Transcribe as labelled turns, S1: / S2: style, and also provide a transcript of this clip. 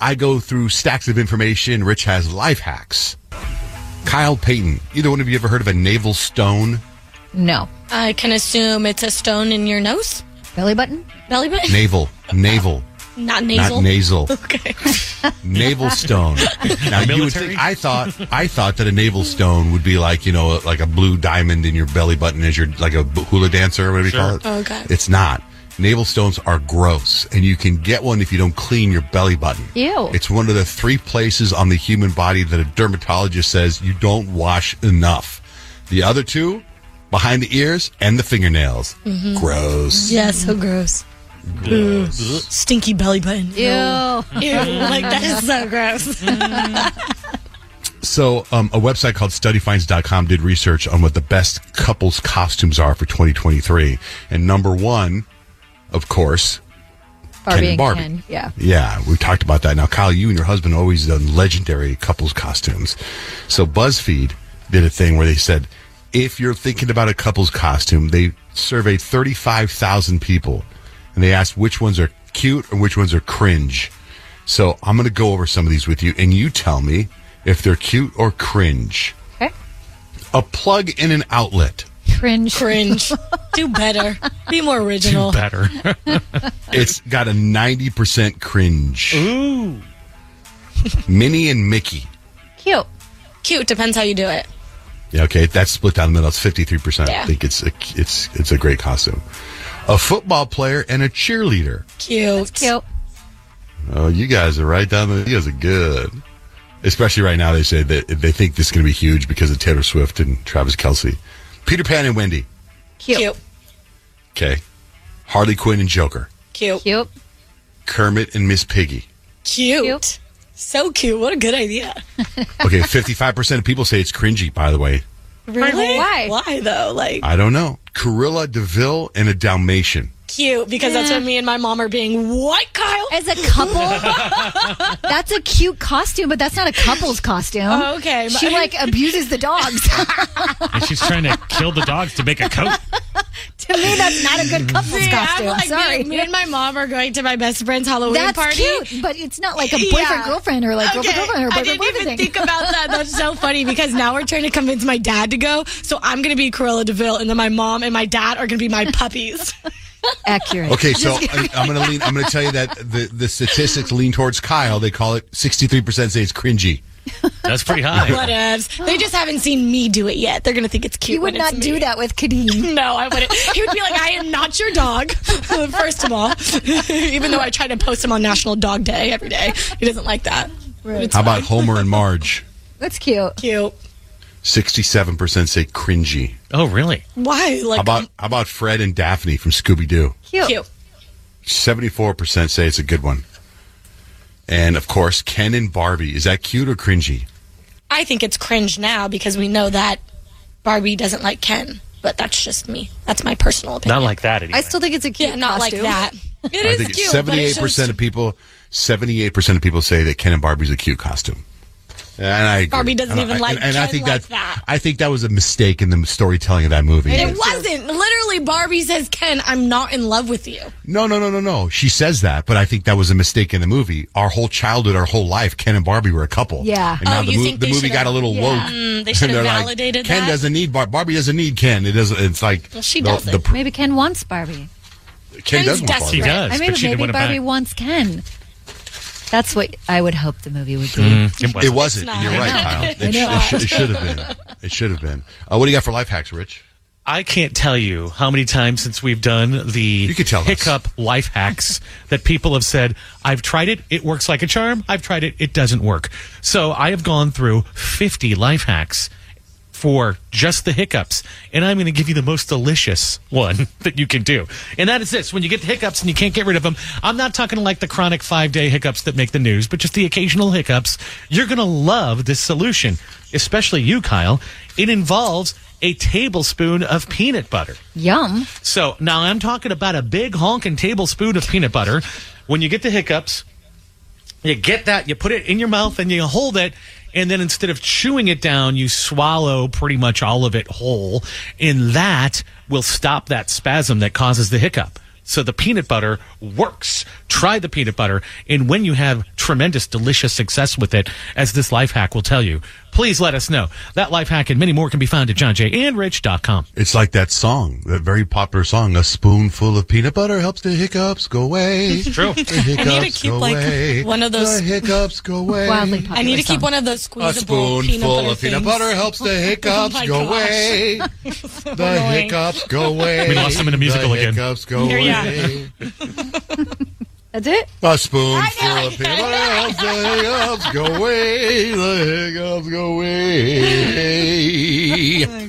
S1: I go through stacks of information. Rich has life hacks. Kyle Payton. Either one of you ever heard of a navel stone?
S2: No.
S3: I can assume it's a stone in your nose,
S2: Belly button?
S3: belly button,
S1: Navel. Navel.
S3: not nasal.
S1: Not nasal.
S3: Okay.
S1: navel stone. Now you would think I thought I thought that a navel stone would be like you know like a blue diamond in your belly button as your like a b- hula dancer or whatever you call it.
S3: Oh, God.
S1: It's not. Navel stones are gross, and you can get one if you don't clean your belly button.
S2: Ew.
S1: It's one of the three places on the human body that a dermatologist says you don't wash enough. The other two, behind the ears and the fingernails.
S3: Mm-hmm.
S1: Gross.
S3: yeah, so gross. Stinky belly button.
S2: Ew.
S3: Ew, like that is so gross.
S1: So, um, a website called studyfinds.com did research on what the best couples costumes are for 2023. And number one, of course, Ken
S2: Barbie
S1: and
S2: and
S1: Barbie.
S2: Ken. Yeah.
S1: Yeah, we've talked about that. Now, Kyle, you and your husband always done legendary couples costumes. So BuzzFeed did a thing where they said, if you're thinking about a couple's costume, they surveyed 35,000 people and they asked which ones are cute and which ones are cringe. So I'm going to go over some of these with you and you tell me if they're cute or cringe.
S2: Okay.
S1: A plug in an outlet.
S2: Cringe.
S3: Cringe. Do better. Be more original.
S4: Better.
S1: It's got a 90% cringe. Ooh. Minnie and Mickey.
S2: Cute.
S3: Cute depends how you do it.
S1: Yeah, okay, that's split down the middle. It's fifty three percent. I
S3: Yeah.
S1: think it's a, it's it's a great costume. A football player and a cheerleader.
S3: Cute.
S2: Cute.
S1: Oh, you guys are right down the. You guys are good. Especially right now, they say that they think this is going to be huge because of Taylor Swift and Travis Kelsey, Peter Pan and Wendy.
S2: Cute. Cute.
S3: Cute.
S1: Okay, Harley Quinn and Joker,
S3: Cute. Cute.
S2: Cute.
S1: Kermit and Miss Piggy.
S2: Cute.
S3: So cute. What a good idea.
S1: Okay, fifty five percent of people say it's cringy. By the way,
S2: Really? Why?
S3: Why though? Like
S1: I don't know. Corilla Deville and a Dalmatian.
S3: cute because that's what me and my mom are being. What, Kyle?
S2: As a couple, that's a cute costume, but that's not a couple's costume.
S3: Oh, okay.
S2: She like abuses the dogs.
S4: And she's trying to kill the dogs to make a coat.
S2: to me, that's not a good couple's
S3: Yeah, I'm
S2: costume.
S3: like, me-
S2: Sorry.
S3: Me, and my mom are going to my best friend's Halloween
S2: that's
S3: party.
S2: cute, but it's not like a boyfriend
S3: Yeah.
S2: girlfriend or like
S3: Okay.
S2: girlfriend girlfriend or
S3: I
S2: boyfriend
S3: didn't even
S2: boyfriend thing.
S3: think about that. That's so funny because now we're trying to convince my dad to go. So I'm going to be Cruella Deville, and then my mom and my dad are going to be my puppies.
S2: Accurate.
S1: Okay, so I, I'm gonna lean. I'm gonna tell you that the the statistics lean towards Kyle. They call it 63 percent say it's cringy.
S4: That's pretty high.
S3: Whatevs. They just haven't seen me do it yet. They're going to think it's cute.
S2: You would
S3: when it's
S2: not do
S3: me.
S2: that with Kadeem.
S3: No, I wouldn't. He would be like, I am not your dog, first of all. Even though I try to post him on National Dog Day every day. He doesn't like that.
S1: How about Homer and Marge?
S2: That's cute.
S3: Cute.
S1: 67 percent say cringy.
S4: Oh, really?
S3: Why? Like,
S1: How about how about Fred and Daphne from Scooby Doo?
S2: Cute.
S3: cute.
S1: 74 percent say it's a good one. And of course, Ken and Barbie. Is that cute or cringy?
S3: I think it's cringe now because we know that Barbie doesn't like Ken, but that's just me. That's my personal opinion.
S4: Not like that anymore.
S2: I still think it's a cute
S3: yeah, not
S2: costume.
S3: like that. It
S1: I
S3: is
S1: think
S3: cute.
S1: 78 percent of people. 78 percent of people say that Ken and Barbie's a cute costume. And I agree.
S3: Barbie doesn't
S1: And I-
S3: even like
S1: and, and I
S3: Ken
S1: think
S3: like
S1: that,
S3: that.
S1: I think that was a mistake in the storytelling of that movie.
S3: It wasn't. Literally, Barbie says, Ken, I'm not in love with you.
S1: No, no, no, no, no. She says that, but I think that was a mistake in the movie. Our whole childhood, our whole life, Ken and Barbie were a couple.
S2: Yeah.
S1: And now
S3: Oh,
S1: the,
S3: you
S1: mo-
S3: think
S1: the
S3: they
S1: movie
S3: should've-
S1: got a little
S2: Yeah.
S1: woke.
S3: Mm, they
S1: And
S3: should've
S1: they're like,
S3: validated
S1: Ken
S3: that."
S1: doesn't need Bar- Barbie doesn't need Ken. It doesn't. It's like
S3: Well, she
S1: the-
S3: doesn't.
S1: the pr-
S2: Maybe Ken wants Barbie.
S1: Ken does want
S3: Ken's
S1: Barbie.
S4: she
S3: Right.
S4: does,
S2: I mean,
S4: but she didn't
S2: maybe
S4: want to
S2: Barbie
S4: buy
S2: wants Ken. That's what I would hope the movie would be.
S4: it.
S1: It
S4: wasn't.
S1: wasn't.
S3: not.
S1: You're right,
S3: I know.
S1: Kyle. It,
S2: I
S1: sh-
S2: know.
S1: it, sh- it should have been. It should have been. Uh, what do you got for life hacks, Rich?
S4: I can't tell you how many times since we've done the
S1: You could tell us.
S4: hiccup life hacks that people have said, I've tried it, it works like a charm. I've tried it, it doesn't work. So I have gone through 50 life hacks for just the hiccups. And I'm going to give you the most delicious one that you can do. And that is this when you get the hiccups and you can't get rid of them, I'm not talking like the chronic five day hiccups that make the news, but just the occasional hiccups. You're going to love this solution, especially you, Kyle. It involves a tablespoon of peanut butter.
S2: Yum.
S4: So now I'm talking about a big honking tablespoon of peanut butter. When you get the hiccups, you get that, you put it in your mouth and you hold it. And then instead of chewing it down, you swallow pretty much all of it whole. And that will stop that spasm that causes the hiccup. So the peanut butter works. Try the peanut butter. And when you have tremendous, delicious success with it, as this life hack will tell you, please let us know. That life hack and many more can be found at johnjandrich.com.
S1: It's like that song, that very popular song, "A spoonful of peanut butter helps the hiccups go away." It's
S4: true.
S1: The hiccups
S3: I need to keep,
S1: go
S3: like,
S1: away.
S3: one of those-
S1: The hiccups go away.
S2: Wildly popular.
S3: Um, I need to keep
S2: song.
S3: one of those
S1: A
S3: squeezable peanut
S1: spoonful
S3: butter
S1: of peanut
S3: things.
S1: butter helps the hiccups
S3: Oh my
S1: go
S3: gosh.
S1: away. the
S3: annoying.
S1: hiccups go away.
S4: We lost him in a musical
S1: the
S4: again.
S1: Hiccups go
S3: Here, yeah.
S1: away.
S2: That's it.
S1: A spoonful
S3: I know.
S1: of peanut butter helps the hiccups go away. The hiccups go away.